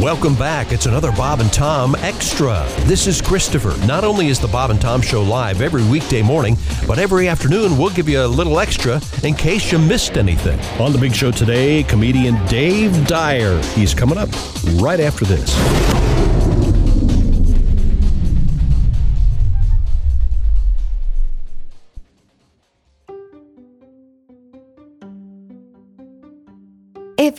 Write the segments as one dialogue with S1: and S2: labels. S1: Welcome back. It's another Bob and Tom Extra. This is Christopher. Not only is the Bob and Tom Show live every weekday morning, but every afternoon we'll give you a little extra in case you missed anything.
S2: On the big show today, comedian Dave Dyer. He's coming up right after this.
S3: If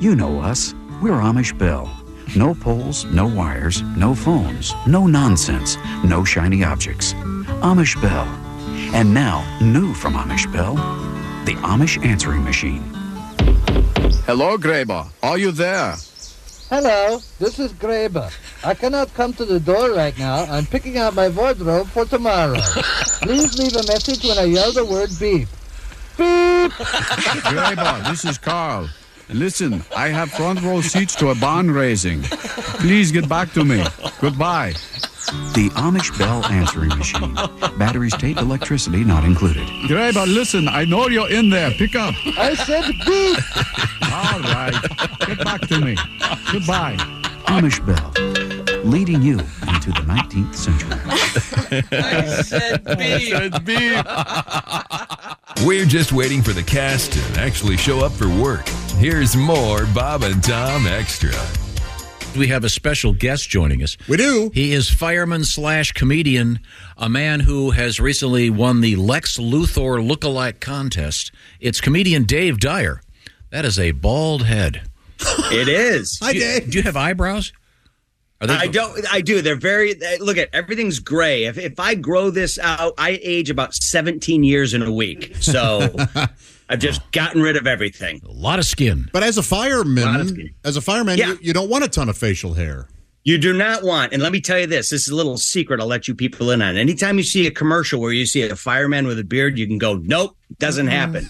S4: You know us. We're Amish Bill. No poles, no wires, no phones, no nonsense, no shiny objects. Amish Bell. And now, new from Amish Bell, the Amish answering machine.
S5: Hello, Graber. Are you there?
S6: Hello, this is Graber. I cannot come to the door right now. I'm picking out my wardrobe for tomorrow. Please leave a message when I yell the word beep. Beep!
S5: Graber, this is Carl. Listen, I have front row seats to a barn raising. Please get back to me. Goodbye.
S4: The Amish Bell answering machine. Batteries, tape, electricity not included.
S5: Graber, listen, I know you're in there. Pick up.
S6: I said beep!
S5: All right. Get back to me. Goodbye.
S4: Amish Bell, leading you into the 19th century.
S7: We're just waiting for the cast to actually show up for work. Here's more Bob and Tom Extra.
S8: We have a special guest joining us.
S9: We do.
S8: He is fireman slash comedian, a man who has recently won the Lex Luthor lookalike contest. It's comedian Dave Dyer. That is a bald head.
S10: It is.
S9: Hi,
S8: do, you,
S9: Dave.
S8: do you have eyebrows? Are
S10: I don't. I do. They're very. they- Look at everything's gray. If if I grow this out, I age about seventeen years in a week. So I've just gotten rid of everything.
S8: A lot of skin.
S9: But as a fireman,
S10: Honestly.
S9: as a fireman,
S10: Yeah.
S9: you, you don't want a ton of facial hair.
S10: You do not want. And let me tell you this. This is a little secret. I'll let you people in on. Anytime you see a commercial where you see a fireman with a beard, you can go, nope, doesn't happen.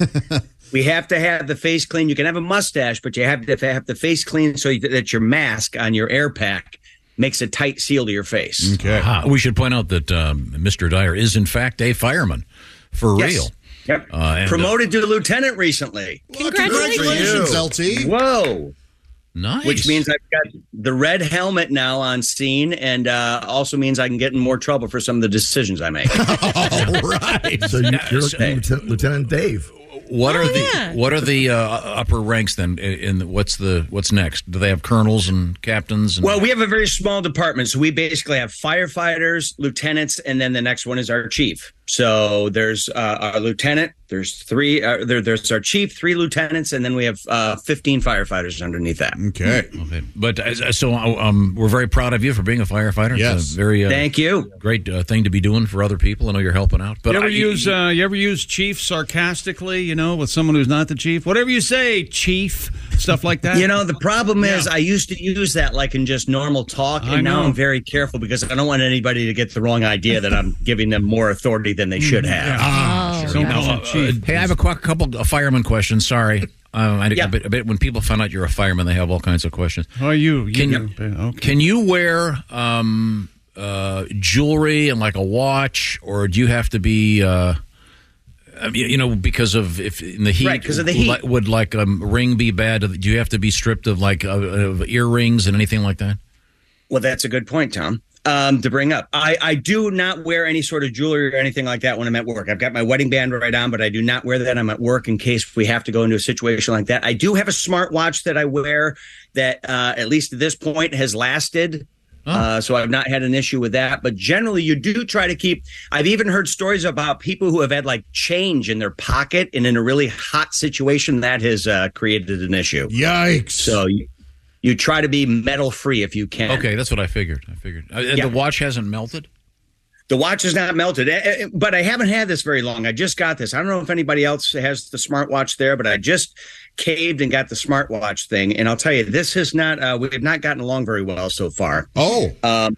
S10: we have to have the face clean. You can have a mustache, but you have to have the face clean so that your mask on your air pack makes a tight seal to your face.
S9: Okay.
S8: Ah, we should point out that um, Mr. Dyer is, in fact, a fireman for
S10: Yes.
S8: real.
S10: Yep.
S8: Uh, and, uh,
S10: Promoted to lieutenant recently.
S9: Congratulations, LT.
S10: Whoa.
S8: Nice.
S10: Which means I've got the red helmet now on scene, and uh, also means I can get in more trouble for some of the decisions I make.
S9: All right.
S11: So you, you're
S8: Hey.
S11: Lieutenant, Lieutenant Dave.
S8: What are the what are the uh, upper ranks then? In, in what's the what's next? Do they have colonels and captains? And,
S10: well, we have a very small department, so we basically have firefighters, lieutenants, and then the next one is our chief. So there's uh, our lieutenant, there's three, uh, there, there's our chief, three lieutenants, and then we have uh, 15 firefighters underneath that.
S9: Okay.
S8: Okay. But uh, so um, we're very proud of you for being a firefighter. It's
S9: Yes.
S8: a very uh,
S10: Thank you.
S8: great uh, thing to be doing for other people. I know you're helping out. But
S12: you ever
S8: I,
S12: use uh, you ever use chief sarcastically? You know, with someone who's not the chief. Whatever you say, chief. Stuff like that.
S10: You know, the problem is I used to use that like in just normal talk, and
S12: I
S10: now
S12: know.
S10: I'm very careful because I don't want anybody to get the wrong idea that I'm giving them more authority than they should have.
S12: Ah,
S8: Oh,
S12: so
S8: yeah.
S12: much
S8: Uh,
S12: chief.
S8: hey, I have a qu- couple of fireman questions. Sorry. Um, I,
S10: Yeah.
S8: I, bet, I bet when people find out you're
S12: Oh,
S8: a fireman, they have all kinds of questions.
S12: How are you? You
S8: Can
S12: do. Okay.
S8: Can you wear um, uh, jewelry and like a watch, or do you have to be, uh, I mean, you know, because of if in the heat,
S10: Right, 'cause of the heat.
S8: li- would like a ring be bad? Do you have to be stripped of like uh, of earrings and anything like that?
S10: Well, that's a good point, Tom. Um, to bring up, I, I do not wear any sort of jewelry or anything like that when I'm at work. I've got my wedding band right on, but I do not wear that. I'm at work in case we have to go into a situation like that. I do have a smartwatch that I wear that, uh, at least at this point, has lasted. Uh, so I've not had an issue with that. But generally, you do try to keep. I've even heard stories about people who have had like change in their pocket, and in a really hot situation, that has uh, created an issue.
S9: Yikes!
S10: So you, you try to be metal free if you can.
S8: Okay, that's what I figured. I figured Uh, and
S10: Yeah.
S8: the watch hasn't melted.
S10: The watch is not melted, Eh, eh, but I haven't had this very long. I just got this. I don't know if anybody else has the smartwatch there, but I just caved and got the smartwatch thing. And I'll tell you, this has not, uh, we have not gotten along very well so far.
S9: Oh.
S10: Um,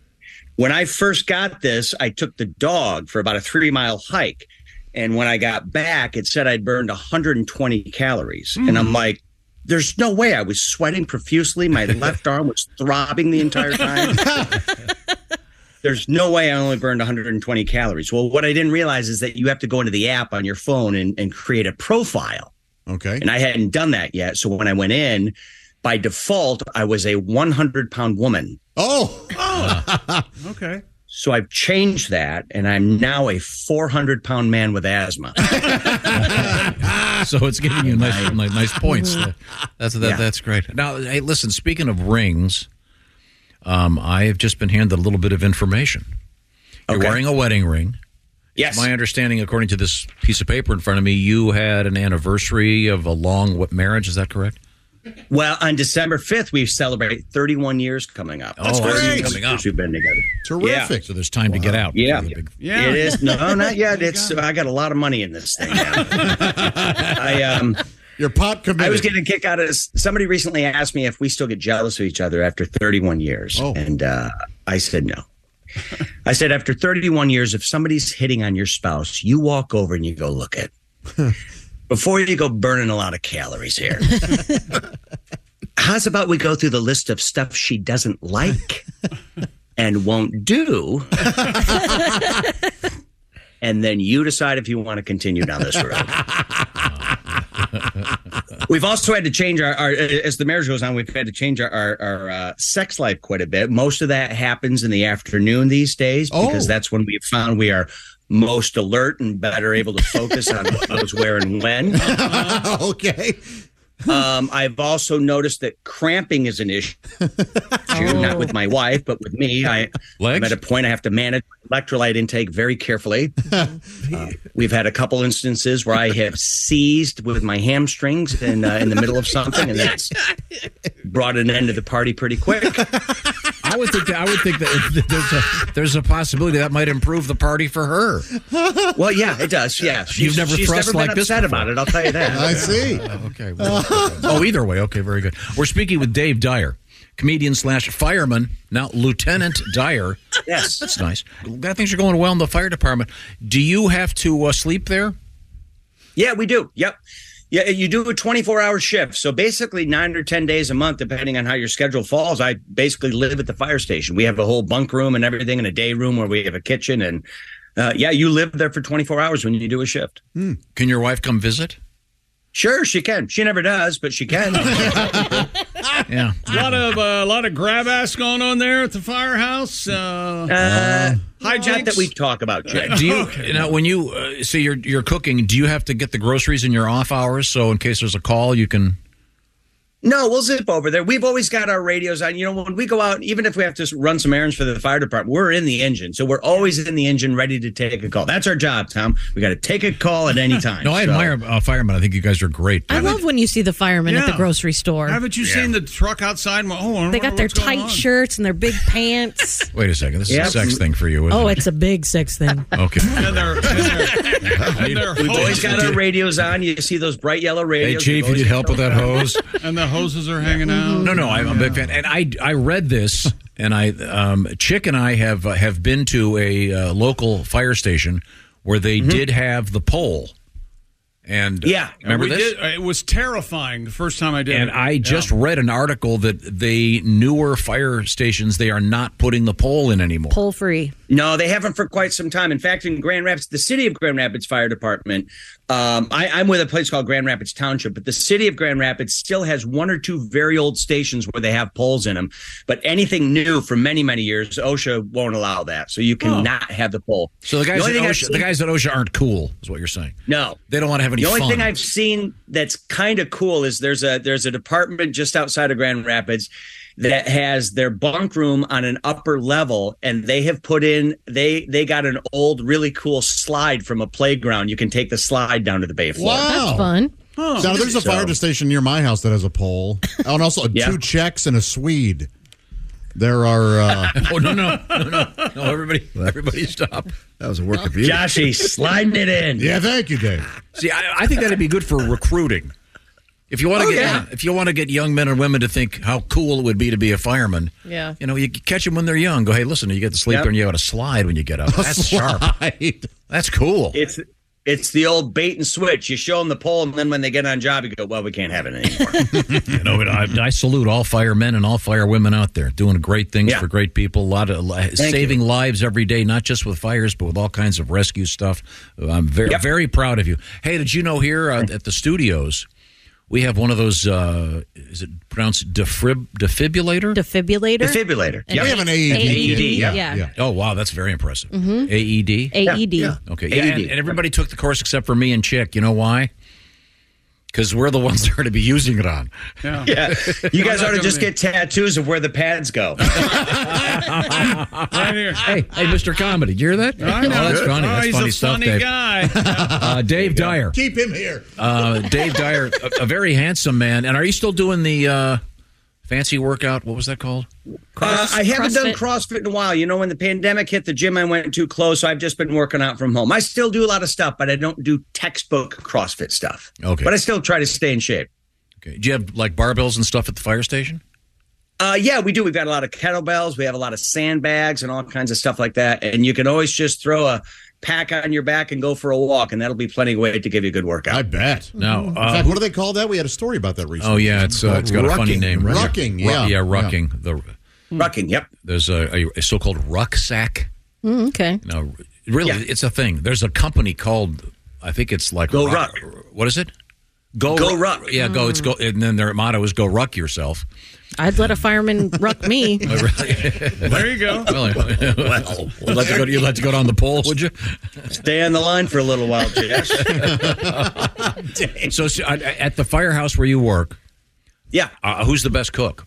S10: when I first got this, I took the dog for about a three mile hike. And when I got back, it said I'd burned 120 calories. And I'm like, there's no way I was sweating profusely. My left arm was throbbing the entire time. there's no way I only burned 120 calories. Well, what I didn't realize is that you have to go into the app on your phone and, and create a profile.
S9: Okay.
S10: And I hadn't done that yet. So when I went in, by default, I was a 100 pound woman.
S9: Oh.
S12: Okay.
S10: So I've changed that and I'm now a 400 pound man with asthma.
S8: so it's giving you nice, nice, nice points.
S10: Mhm.
S8: Ah, That's that,
S10: Yeah.
S8: that's great. Now, hey, listen. Speaking of rings, um, I have just been handed a little bit of information. You're wearing a wedding ring.
S10: Yes.
S8: my understanding, according to this piece of paper in front of me, you had an anniversary of a long what marriage. Is that correct?
S10: well, on December 5th, we celebrate 31 years coming up.
S8: That's
S10: 31
S8: great.
S10: years
S8: Coming up.
S10: We've been together.
S8: Yeah. Oh, So there's time to get out.
S10: Yeah.
S8: Yeah.
S10: It is. No, not yet. It's I got a lot of money in this thing now. I um
S9: Your pot committed.
S10: I was getting a kick out of somebody recently asked me if we still get jealous of each other after 31 years.
S9: Oh.
S10: And uh, I said no. I said after 31 years, if somebody's hitting on your spouse, you walk over and you go look at before you go burning a lot of calories here. How's about we go through the list of stuff she doesn't like and won't do? and then you decide if you want to continue down this road. We've also had to change our, our as the marriage goes on. We've had to change our our, our uh, sex life quite a bit. Most of that happens in the afternoon these days because that's when we found we are most alert and better able to focus on what goes where and when.
S9: okay.
S10: Um, I've also noticed that cramping is an issue,
S8: Oh.
S10: not with my wife, but with me. I, I'm at a point I have to manage my electrolyte intake very carefully. Uh, we've had a couple instances where I have seized with my hamstrings in, uh, in the middle of something, and that's brought an end to the party pretty quick.
S8: I would think that I would think that there's a there's a possibility that might improve the party for her.
S10: Well, yeah, it does. Yeah,
S8: You've
S10: She's-
S8: never
S10: she's
S8: thrust
S10: never been
S8: like this
S10: upset
S8: before.
S10: about it. I'll tell you that.
S8: I see.
S10: okay.
S8: oh, either way. Okay, very good. We're speaking with Dave Dyer, comedian slash fireman, now Lieutenant Dyer.
S10: Yes.
S8: That's nice. Glad things are going well in the fire department. Do you have to uh, sleep there?
S10: Yeah, we do. Yep. Yeah, you do a 24 hour shift. So basically, nine or 10 days a month, depending on how your schedule falls, I basically live at the fire station. We have a whole bunk room and everything, and a day room where we have a kitchen. And uh, yeah, you live there for 24 hours when you do a shift.
S8: Can your wife come visit?
S10: Sure, she can. She never does, but she can. Uh,
S8: yeah.
S12: A lot of uh, a lot of grab ass going on there at the firehouse. Uh,
S10: Uh,
S12: hijinks.
S10: not that we talk about, Jay.
S8: Do you now when you uh, so you're you're cooking? Do you have to get the groceries in your off hours so in case there's a call you can?
S10: No, we'll zip over there. We've always got our radios on. You know, when we go out, even if we have to s- run some errands for the fire department, we're in the engine. So we're always in the engine ready to take a call. That's our job, Tom. We got to take a call at any time.
S8: No, I
S10: So-
S8: admire uh, firemen. I think you guys are great.
S11: I love when you see the firemen at the
S12: Yeah.
S11: grocery store.
S12: Haven't you seen the truck outside? Well, Oh, I
S11: They
S12: wonder
S11: got their
S12: what's going
S11: tight
S12: on.
S11: shirts and their big pants.
S8: Wait a second. This is
S12: Yeah.
S8: a sex thing for you. Isn't
S11: oh,
S8: it?
S11: it's a big sex thing.
S8: okay.
S10: We've always got our radios on. You see those bright yellow
S8: Hey,
S10: radios.
S8: Chief, you need help with that hose? Mm-hmm.
S12: and the hoses are hanging out.
S8: No, no, I'm a big fan. And I, I read this, and I, um, Chick and I have uh, have been to a uh, local fire station where they did have the pole, And uh,
S12: Mm-hmm. Yeah.
S8: remember
S12: We
S8: this?
S12: did- it was terrifying the first time I did
S8: And
S12: it.
S8: I just read an article that the newer fire stations they are not putting the pole in anymore.
S11: Poll free.
S10: No, they haven't for quite some time. In fact, in Grand Rapids, the city of Grand Rapids Fire Department, um, I, I'm with a place called Grand Rapids Township, but the city of Grand Rapids still has one or two very old stations where they have poles in them. But anything new for many, many years, OSHA won't allow that. So you cannot have the pole.
S8: So the guys,
S10: only
S8: at
S10: thing I've
S8: OSHA, the
S10: seen-
S8: guys at OSHA aren't cool, is what you're saying.
S10: no,
S8: They don't want to have any
S10: the only
S8: fun.
S10: thing I've seen that's kind of cool is there's a there's a department just outside of Grand Rapids that has their bunk room on an upper level and they have put in they they got an old really cool slide from a playground you can take the slide down to the bay floor
S9: Wow.
S11: fun.
S9: now there's a fire
S10: So-
S9: station near my house that has a pole, Oh, and also
S10: Yeah.
S9: two Czechs and a Swede. There are. Uh,
S8: oh no no no no no! Oh, Everybody, everybody, stop.
S9: That was a work of beauty.
S10: Joshy, sliding it in.
S9: Yeah, thank you, Dave.
S8: See, I, I think that'd be good for recruiting. If you want to
S10: Oh,
S8: get
S10: yeah.
S8: if you want to get young men and women to think how cool it would be to be a fireman,
S11: Yeah.
S8: you know, you catch them when they're young. Go, hey, listen, you get to sleep
S10: Yep.
S8: there and you got to slide when you get up.
S10: A
S8: That's sharp. Oh, That's cool.
S10: it's it's the old bait and switch you show them the pole and then when they get on job you go well we can't have it anymore
S8: you know, but I, I salute all firemen and all firewomen out there doing great things
S10: Yeah.
S8: for great people. A lot of li-
S10: Thank
S8: saving lives every day, not just with fires, but with all kinds of rescue stuff. I'm very, very proud of you. Hey, did you know here uh, at the studios we have one of those? Uh, is it pronounced defrib defibrillator?
S11: Defibrillator.
S10: Defibrillator.
S11: An We have an AED. AED, yeah. yeah.
S8: Oh wow, that's very impressive.
S11: Mhm.
S8: AED.
S11: AED. Yeah, E
S8: Okay.
S11: yeah.
S8: Yeah, and,
S11: AED.
S8: and everybody took the course except for me and Chick. You know why? Because we're the ones that are going to be using it on.
S12: Yeah.
S10: yeah you guys
S8: I'm not
S10: ought to just
S8: gonna-
S10: get tattoos of where the pads go
S8: Hey, hey, Mr. Comedy, you hear that?
S10: I know.
S8: Oh, that's
S10: Good.
S8: funny.
S10: Oh,
S8: That's
S10: he's
S8: funny
S10: a
S8: stuff,
S10: funny
S8: Dave.
S12: guy.
S8: Uh, Dave Dyer.
S9: Keep him here.
S8: Uh, Dave Dyer, a, a very handsome man. And are you still doing the uh, fancy workout? What was that called?
S10: Uh, I haven't done CrossFit in a while. You know, when the pandemic hit, the gym I went to closed, so I've just been working out from home. I still do a lot of stuff, but I don't do textbook CrossFit stuff.
S8: Okay.
S10: But I still try to stay in shape.
S8: Okay. Do you have like barbells and stuff at the fire station?
S10: Uh, yeah, we do. We've got a lot of kettlebells. We have a lot of sandbags and all kinds of stuff like that. And you can always just throw a pack on your back and go for a walk, and that'll be plenty of weight to give you a good workout. I
S9: bet.
S8: No.
S9: In fact, what do they call that? We had a story about that recently.
S8: Oh yeah, it's uh, it's got a funny
S9: Rucking.
S8: name. Right?
S9: Rucking,
S8: Ru-
S9: yeah.
S8: yeah, rucking. The
S10: rucking. Yep.
S8: There's a, a, a so-called rucksack.
S11: Mm, okay.
S8: No, really,
S11: Yeah.
S8: it's a thing. There's a company called, I think it's like
S10: Go
S8: What is it? Go
S10: Go
S8: Ru-
S10: Ruck.
S8: Yeah, go. It's go, and then their motto is "Go ruck yourself."
S11: I'd let a fireman ruck me.
S8: there
S12: you go.
S8: Well, well, you'd like to go, you'd like to go down the pole, would you?
S10: Stay on the line for a little while, Jess.
S8: so, so, at- at the firehouse where you work,
S10: yeah,
S8: uh, who's the best cook?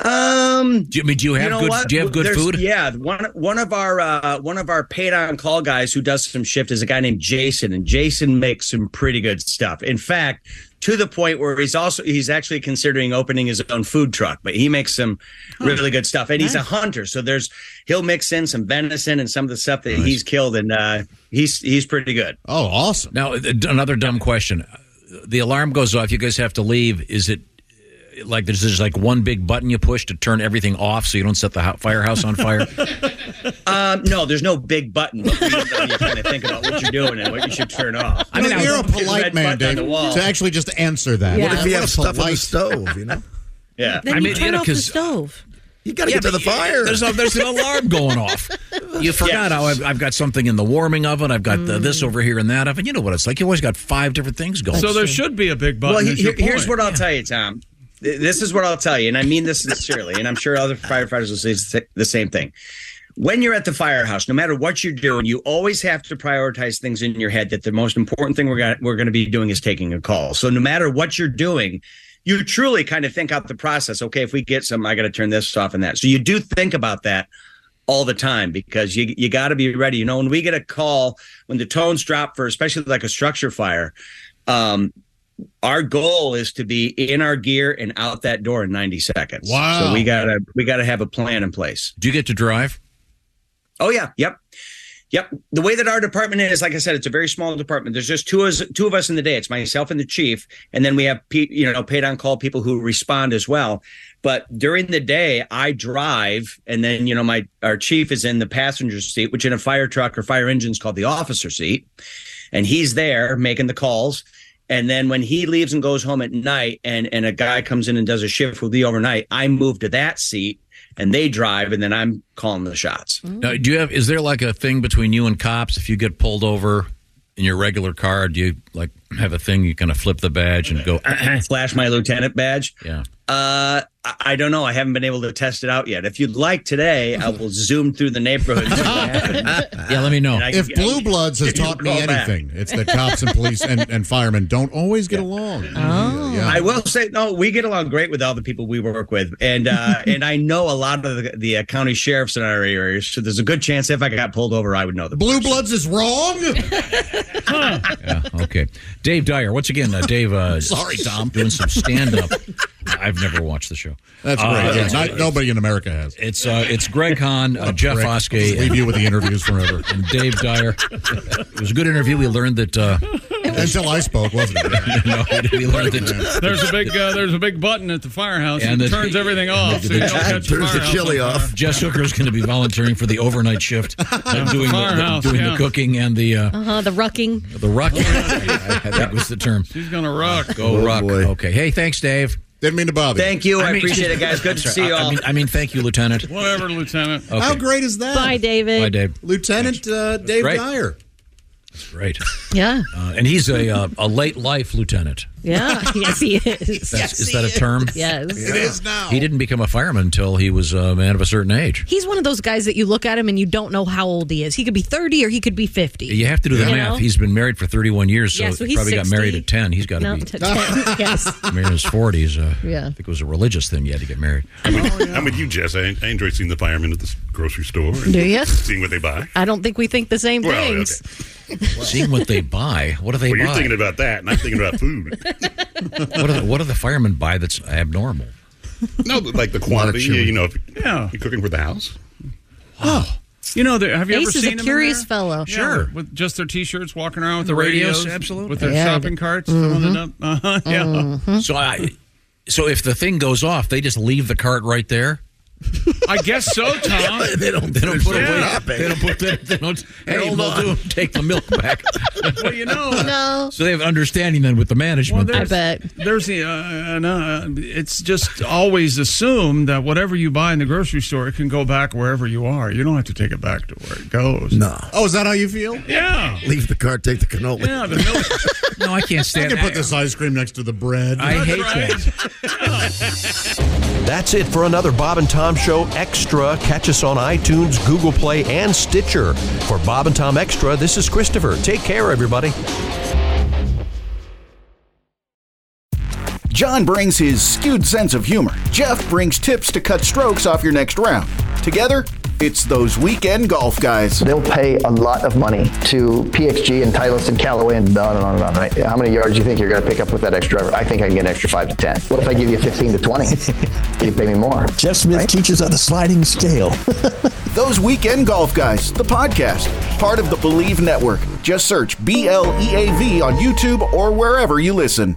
S10: Um,
S8: do you, I mean, do you have
S10: know
S8: good?
S10: what?
S8: Do you have good
S10: There's-
S8: food?
S10: Yeah, one one of our uh, one of our paid on call guys who does some shift is a guy named Jason, and Jason makes some pretty good stuff. In fact, to the point where he's also he's actually considering opening his own food truck, but he makes some really good stuff, and he's a hunter. So there's he'll mix in some venison and some of the stuff that he's killed, and uh, he's he's pretty good.
S9: Oh, awesome!
S8: Now, th- another dumb question: the alarm goes off. You guys have to leave. Is it uh, like there's just like one big button you push to turn everything off so you don't set the ho- firehouse on fire?
S10: Um, no, there's no big button. But you you kind of think about what you're doing and what you should turn off.
S9: I mean, you're a
S10: Big
S9: polite
S10: red
S9: man,
S10: button on
S9: Dave,
S10: the wall.
S9: to actually just answer that.
S10: What if you
S9: a
S10: have stuff on the
S9: polite-
S10: stove, you know? Yeah.
S11: Then
S8: I mean,
S11: you turn
S8: you know,
S11: off the
S8: 'cause-
S11: stove.
S8: You
S11: gotta get to the fire.
S8: There's, a, there's an alarm going off. You forgot how I've, I've got something in the warming oven. I've got the,
S10: Mm.
S8: this over here and that oven. You know what it's like. You always got five different things going.
S12: so there should be a big button.
S10: Well, he-
S12: is your
S10: here- here's
S12: point.
S10: what I'll tell you, Tom. Th- This is what I'll tell you, and I mean this sincerely, and I'm sure other firefighters will say s- the same thing. When you're at the firehouse, no matter what you're doing, you always have to prioritize things in your head that the most important thing we're gonna, we're going to be doing is taking a call. So no matter what you're doing, you truly kind of think out the process. Okay, if we get some, I got to turn this off and that. So you do think about that all the time because you you got to be ready. You know, when we get a call, when the tones drop for especially like a structure fire, um, our goal is to be in our gear and out that door in 90 seconds.
S8: Wow.
S10: So we gotta we gotta have a plan in place.
S8: Do you get to drive?
S10: Oh yeah. Yep. Yep. The way that our department is, like I said, it's a very small department. There's just two of us, two of us in the day. It's myself and the chief, and then we have pe- you know paid on call people who respond as well. But during the day, I drive, and then you know my our chief is in the passenger seat, which in a fire truck or fire engine is called the officer seat and he's there making the calls. And then when he leaves and goes home at night, and and a guy comes in and does a shift with the overnight, I move to that seat, and they drive, and then I'm calling the shots.
S8: Now, do you have? Is there like a thing between you and cops if you get pulled over in your regular car? Do you like have a thing you kind of flip the badge and go
S10: flash my lieutenant badge?
S8: Yeah.
S10: Uh, I, I don't know. I haven't been able to test it out yet. If you'd like today, I will zoom through the neighborhood.
S8: yeah, let me know.
S9: if Blue Bloods has
S10: if you
S9: taught me
S10: call back.
S9: anything, it's that cops and police and, and firemen don't always get along.
S10: Oh. I will say, no, we get along great with all the people we work with, and uh, and I know a lot of the, the uh, county sheriffs in our area. So there's a good chance if I got pulled over, I would know them.
S9: Blue Bloods is wrong.
S8: Yeah, okay. Dave Dyer. Once again, uh, Dave. Uh,
S9: Sorry, Tom.
S8: Doing some stand up. I've never watched the show.
S9: That's great.
S8: Uh,
S9: Yeah,
S8: it's-
S9: not- nobody in America has.
S8: It's uh, it's Greg Hahn, uh, Jeff
S9: prick.
S8: Oskey.
S9: Just leave you with the interviews forever.
S8: And Dave Dyer. It was a good interview. We learned that. Uh,
S9: Until I spoke, wasn't it?
S8: no, we learned that.
S12: There's a big uh, there's a big button at the firehouse
S8: And
S12: and
S8: the-
S12: it Oh, turns everything off. so you don't catch the firehouse on fire.
S8: Jess Hooker's going to be volunteering for the overnight shift, uh, doing, the,
S12: Firehouse,
S8: doing the
S12: yeah. Oh,
S8: cooking and the uh,
S9: Uh-huh.
S11: Uh huh. The rucking.
S8: the ruck. I think was the term.
S12: She's gonna rock.
S8: Go
S12: Oh,
S8: rock.
S12: boy.
S8: Okay. Hey, thanks, Dave.
S9: Didn't mean to bother.
S10: Thank you. I appreciate it, guys. Good to see you
S8: I
S10: all.
S8: mean, I mean, thank you, Lieutenant.
S12: Whatever, Lieutenant.
S8: Okay.
S9: How great is that?
S11: Bye, David.
S8: Bye, Dave.
S9: Lieutenant uh, Dave
S8: great.
S9: Dyer.
S8: Right.
S11: Yeah.
S8: Uh, and he's a uh, a late life lieutenant.
S11: Yeah. yes, he is.
S8: That's, is that a term?
S11: Yes.
S9: It is now.
S8: He didn't become a fireman until he was a man of a certain age.
S11: He's one of those guys that you look at him and you don't know how old he is. He could be 30 or he could be 50.
S8: You have to do the
S11: You
S8: math.
S11: know?
S8: He's been married for 31 years, so,
S11: Yeah, so
S8: he
S11: he's
S8: probably got married
S11: 60.
S8: at 10. He's got to
S11: No,
S8: be
S11: to 10. yes.
S8: I mean, in his 40s. Uh,
S11: Yeah.
S8: I think it was a religious thing you had to get married.
S13: I'm with, I'm with you, Jess. I, I enjoy seeing the firemen at the s- grocery store. and
S11: Do ya?
S13: Seeing what they buy.
S11: I don't think we think the same
S13: Well,
S11: things.
S8: Seeing what they buy. What do they
S13: well,
S8: buy?
S13: you're thinking about that, and I'm thinking about food.
S8: what, do the, what do the firemen buy that's abnormal?
S13: no, but like the quantity. You, you know, if
S12: Yeah.
S13: you're cooking for the house.
S12: Oh. You know, there, have you
S11: Ace
S12: ever
S11: is
S12: seen
S11: a
S12: them in
S11: curious
S12: there?
S11: fellow.
S12: Yeah,
S11: Sure.
S12: with just their t-shirts, walking around with
S8: The
S12: the,
S8: radios,
S12: radios,
S8: absolutely.
S12: with their
S8: Yeah.
S12: shopping carts. filling it up. Uh-huh, yeah.
S8: So I, so if the thing goes off, they just leave the cart right there.
S12: I guess so, Tom.
S8: They don't. They don't put
S12: Yeah.
S8: away. They don't put. They, they don't. Hey,
S12: Hold
S8: they'll
S12: on.
S8: do 'em, take the milk back.
S12: Well, you know.
S11: No.
S8: so they have understanding then with the management.
S12: there's- There's the, uh, and, uh, it's just always assumed that whatever you buy in the grocery store, it can go back wherever you are. You don't have to take it back to where it goes.
S14: No.
S9: Oh, is that how you feel?
S12: Yeah.
S14: Leave the cart, take the cannoli.
S12: Yeah, the milk.
S8: no, I can't
S9: I
S8: stand.
S9: can
S8: that.
S9: put this ice cream next to the bread.
S8: I hate that.
S1: That's it for another Bob and Tom Show Extra. Catch us on iTunes, Google Play, and Stitcher. For Bob and Tom Extra, this is Christopher. Take care, everybody.
S15: John brings his skewed sense of humor. Jeff brings tips to cut strokes off your next round. Together, it's those weekend golf guys.
S16: They'll pay a lot of money to PXG and Titleist and Callaway and on and on and on. Right? How many yards do you think you're going to pick up with that extra driver? I think I can get an extra five to ten. What if I give you fifteen to twenty? you pay me more.
S14: Jeff Smith teaches on the sliding scale.
S15: Those Weekend Golf Guys, the podcast, part of the Believe Network. Just search B L E A V on YouTube or wherever you listen.